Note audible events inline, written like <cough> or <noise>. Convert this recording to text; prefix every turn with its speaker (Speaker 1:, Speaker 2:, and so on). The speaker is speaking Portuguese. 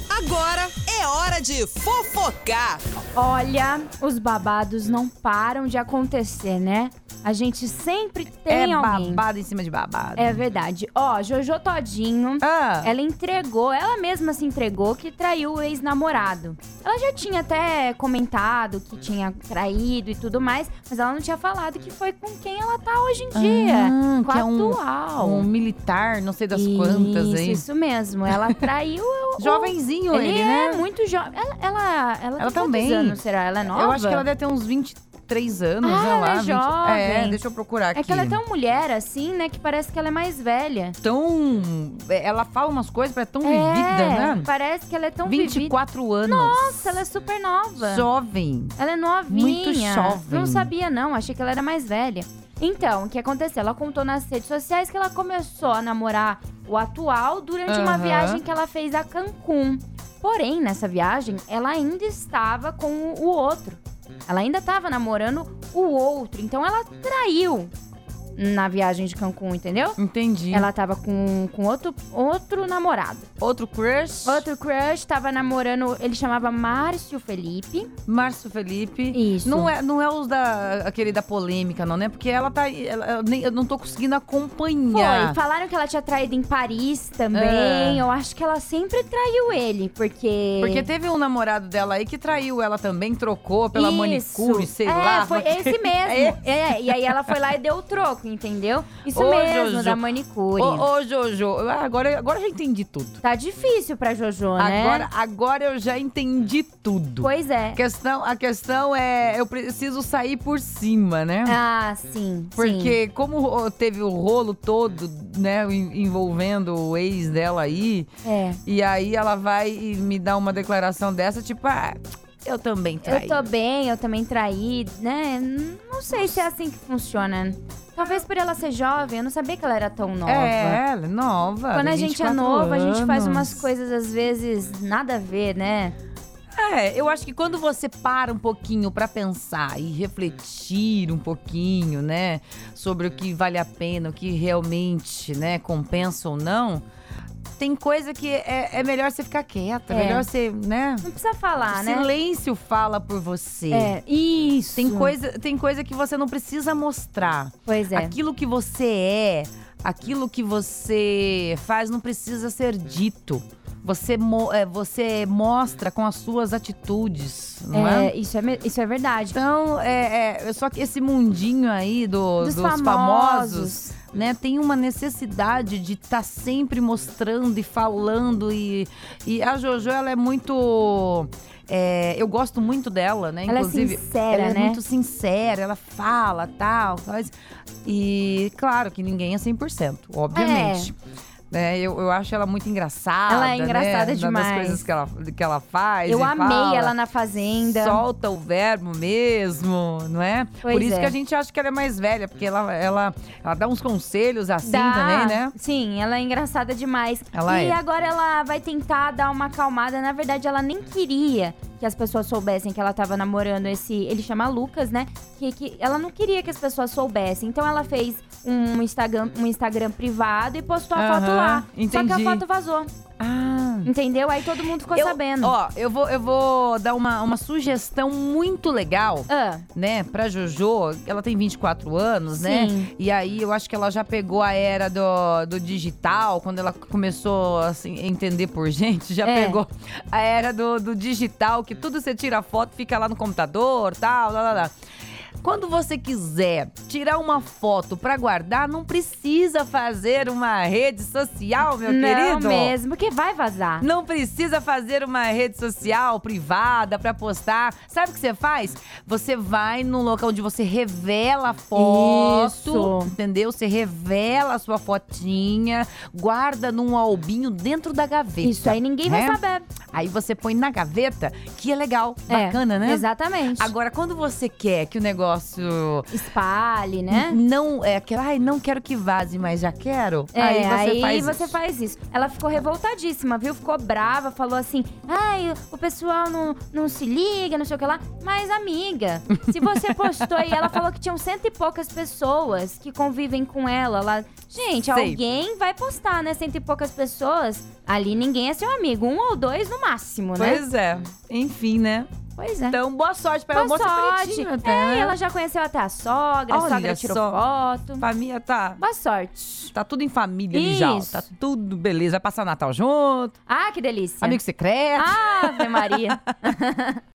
Speaker 1: é Hora de fofocar.
Speaker 2: Olha, os babados não param de acontecer, né? A gente sempre
Speaker 3: é
Speaker 2: tem alguém.
Speaker 3: babado em cima de babado.
Speaker 2: É verdade. Ó, Jojo Todinho,
Speaker 3: Ah.
Speaker 2: ela entregou, ela mesma se entregou que traiu o ex-namorado. Ela já tinha até comentado que tinha traído e tudo mais, mas ela não tinha falado que foi com quem ela tá hoje em dia.
Speaker 3: Ah,
Speaker 2: com
Speaker 3: que
Speaker 2: a
Speaker 3: é um-
Speaker 2: atual.
Speaker 3: Um militar, não sei das
Speaker 2: isso,
Speaker 3: quantas, hein?
Speaker 2: Isso mesmo.
Speaker 3: <laughs>
Speaker 2: Ela traiu o.
Speaker 3: Jovenzinho ele,
Speaker 2: ele,
Speaker 3: né?
Speaker 2: é muito jovem. Ela, ela, ela, tem quantos
Speaker 3: também.
Speaker 2: anos, será? Ela é nova?
Speaker 3: Eu acho que ela deve ter uns 23 anos,
Speaker 2: Ah,
Speaker 3: sei lá.
Speaker 2: ela é jovem.
Speaker 3: É, deixa eu procurar aqui.
Speaker 2: É que ela é tão mulher assim, né? Que parece que ela é mais velha.
Speaker 3: tão... é, Ela fala umas coisas, parece tão
Speaker 2: é,
Speaker 3: vivida, né?
Speaker 2: Parece que ela é tão vivida.
Speaker 3: 24 anos.
Speaker 2: Nossa, ela é super nova.
Speaker 3: Jovem.
Speaker 2: Ela é novinha.
Speaker 3: Muito jovem.
Speaker 2: Não sabia, não. Achei que ela era mais velha. Então, o que aconteceu? Ela contou nas redes sociais que ela começou a namorar o atual durante uma
Speaker 3: Aham.
Speaker 2: viagem que ela fez a Cancún. Porém, nessa viagem, ela ainda estava com o outro. Ela ainda estava namorando o outro. Então, ela traiu na viagem de Cancún, entendeu?
Speaker 3: Entendi.
Speaker 2: Ela tava com, com outro, outro namorado.
Speaker 3: Outro crush.
Speaker 2: Outro crush tava namorando, ele chamava Márcio Felipe.
Speaker 3: Márcio Felipe.
Speaker 2: Isso.
Speaker 3: Não é, não é os da, aquele da polêmica, não, né? Porque ela tá. ela- eu, nem- eu não tô conseguindo
Speaker 2: Foi.
Speaker 3: acompanhar.
Speaker 2: Falaram que ela tinha traído em Paris também.
Speaker 3: Ah.
Speaker 2: Eu acho que ela sempre traiu ele, porque.
Speaker 3: Porque teve um namorado dela aí que traiu ela também, trocou pela
Speaker 2: Isso.
Speaker 3: manicure, sei
Speaker 2: é,
Speaker 3: lá.
Speaker 2: Foi
Speaker 3: <laughs>
Speaker 2: esse mesmo. é, e aí ela foi lá e deu o troco, entendeu? Isso
Speaker 3: Ô,
Speaker 2: mesmo,
Speaker 3: Jojo.
Speaker 2: da manicure.
Speaker 3: Ô, ô, Jojo, ah, agora, agora eu já entendi tudo.
Speaker 2: Tá difícil pra Jojo, né?
Speaker 3: Agora, agora eu já entendi tudo.
Speaker 2: Pois é.
Speaker 3: A questão, a questão é, eu preciso sair por cima, né?
Speaker 2: Ah, sim. sim.
Speaker 3: Porque como teve o rolo todo, né, en- envolvendo o ex dela aí,
Speaker 2: É.
Speaker 3: e aí ela vai e me dá uma declaração dessa, tipo, ah, eu também traí.
Speaker 2: Eu tô bem, eu também traí, né? Não sei se é assim que funciona. Talvez por ela ser jovem, eu não sabia que ela era tão nova.
Speaker 3: É, ela é nova.
Speaker 2: Quando
Speaker 3: tem
Speaker 2: a gente é
Speaker 3: 24
Speaker 2: novo, a gente faz
Speaker 3: anos.
Speaker 2: umas coisas, às vezes, nada a ver, né?
Speaker 3: É, eu acho que quando você para um pouquinho pra pensar e refletir um pouquinho, né, sobre o que vale a pena, o que realmente, né, compensa ou não, tem coisa que é, é melhor você ficar quieta,
Speaker 2: É.
Speaker 3: melhor você, né?
Speaker 2: Não precisa falar,
Speaker 3: o
Speaker 2: né?
Speaker 3: silêncio fala por você.
Speaker 2: É, isso.
Speaker 3: Tem coisa, tem coisa que você não precisa mostrar.
Speaker 2: Pois é.
Speaker 3: Aquilo que você é, aquilo que você faz não precisa ser dito. Você, mo- é, você mostra com as suas atitudes, não é?
Speaker 2: É, isso, é, me- isso é verdade.
Speaker 3: Então, é, é, só que esse mundinho aí do- dos, famosos, né, tem uma necessidade de estar sempre mostrando e falando. E, e a Jojo, ela é muito. é, eu gosto muito dela, né?
Speaker 2: Ela é
Speaker 3: Inclusive,
Speaker 2: sincera,
Speaker 3: ela
Speaker 2: né?
Speaker 3: é muito sincera, ela fala, tal, faz. E claro que ninguém é 100%, obviamente. Né, eu, eu acho ela muito engraçada.
Speaker 2: É. Ela é engraçada
Speaker 3: né, da-
Speaker 2: demais.
Speaker 3: Das coisas que ela, que ela faz.
Speaker 2: Eu
Speaker 3: e
Speaker 2: amei
Speaker 3: fala.
Speaker 2: ela na Fazenda.
Speaker 3: Solta o verbo mesmo, não é?
Speaker 2: Pois
Speaker 3: Por isso
Speaker 2: é.
Speaker 3: que a gente acha que ela é mais velha, porque ela, ela, ela dá uns conselhos assim
Speaker 2: Dá.
Speaker 3: também, né?
Speaker 2: Sim, ela é engraçada demais.
Speaker 3: Ela
Speaker 2: e
Speaker 3: é.
Speaker 2: agora ela vai tentar dar uma acalmada. Na verdade, ela nem queria que as pessoas soubessem que ela tava namorando esse. Ele chama Lucas, né? Que, que ela não queria que as pessoas soubessem. Então ela fez um Instagram, um Instagram privado e postou a foto
Speaker 3: Aham,
Speaker 2: lá. Só
Speaker 3: entendi.
Speaker 2: que a foto vazou.
Speaker 3: Ah.
Speaker 2: Entendeu? Aí todo mundo ficou
Speaker 3: Eu-
Speaker 2: sabendo.
Speaker 3: Ó, eu vou, eu vou dar uma, uma sugestão muito legal.
Speaker 2: Ah,
Speaker 3: Né, pra Jojo, ela tem 24 anos, né?
Speaker 2: Sim.
Speaker 3: E aí eu acho que ela já pegou a era do, do digital, quando ela começou assim, a entender por gente, já
Speaker 2: É.
Speaker 3: pegou a era do, do digital, que tudo você tira foto, fica lá no computador, tal, lá, lá, lá. Quando você quiser tirar uma foto pra guardar, não precisa fazer uma rede social, meu
Speaker 2: não
Speaker 3: querido.
Speaker 2: mesmo, que vai vazar.
Speaker 3: Não precisa fazer uma rede social privada pra postar. Sabe o que você faz? Você vai num local onde você revela a foto,
Speaker 2: Isso.
Speaker 3: entendeu? Você revela a sua fotinha, guarda num albinho dentro da gaveta.
Speaker 2: Isso aí ninguém vai
Speaker 3: né?
Speaker 2: saber.
Speaker 3: Aí você põe na gaveta, que é legal,
Speaker 2: É,
Speaker 3: bacana, né?
Speaker 2: Exatamente.
Speaker 3: Agora, quando você quer que o negócio
Speaker 2: Espalhe, né?
Speaker 3: não é aquela, ai, não quero que vaze, mas já quero. aí
Speaker 2: É,
Speaker 3: você faz
Speaker 2: você
Speaker 3: isso.
Speaker 2: faz né? isso. Ela ficou revoltadíssima, viu? Ficou brava, falou assim: ai, o pessoal não, não se liga, não sei o que lá. Mas, amiga,
Speaker 3: <laughs>
Speaker 2: se você postou e ela falou que tinham cento e poucas pessoas que convivem com ela lá.
Speaker 3: Sei.
Speaker 2: Gente, alguém vai postar, né? Cento e poucas pessoas. Ali ninguém é seu amigo, um ou dois no máximo, né?
Speaker 3: Pois é. Enfim, né?
Speaker 2: Pois é.
Speaker 3: Então, boa sorte para ela.
Speaker 2: Boa
Speaker 3: Moça
Speaker 2: sorte.
Speaker 3: bonitinha até,
Speaker 2: É,
Speaker 3: né?
Speaker 2: e ela já conheceu até a sogra, a
Speaker 3: Olha
Speaker 2: sogra tirou
Speaker 3: só.
Speaker 2: foto.
Speaker 3: Família tá...
Speaker 2: Boa sorte.
Speaker 3: Tá tudo em família ali já. ó.
Speaker 2: Isso.
Speaker 3: Tá tudo beleza. Vai passar Natal junto. é.
Speaker 2: Ah, que delícia.
Speaker 3: <laughs> Amigo secreto.
Speaker 2: Ave Maria.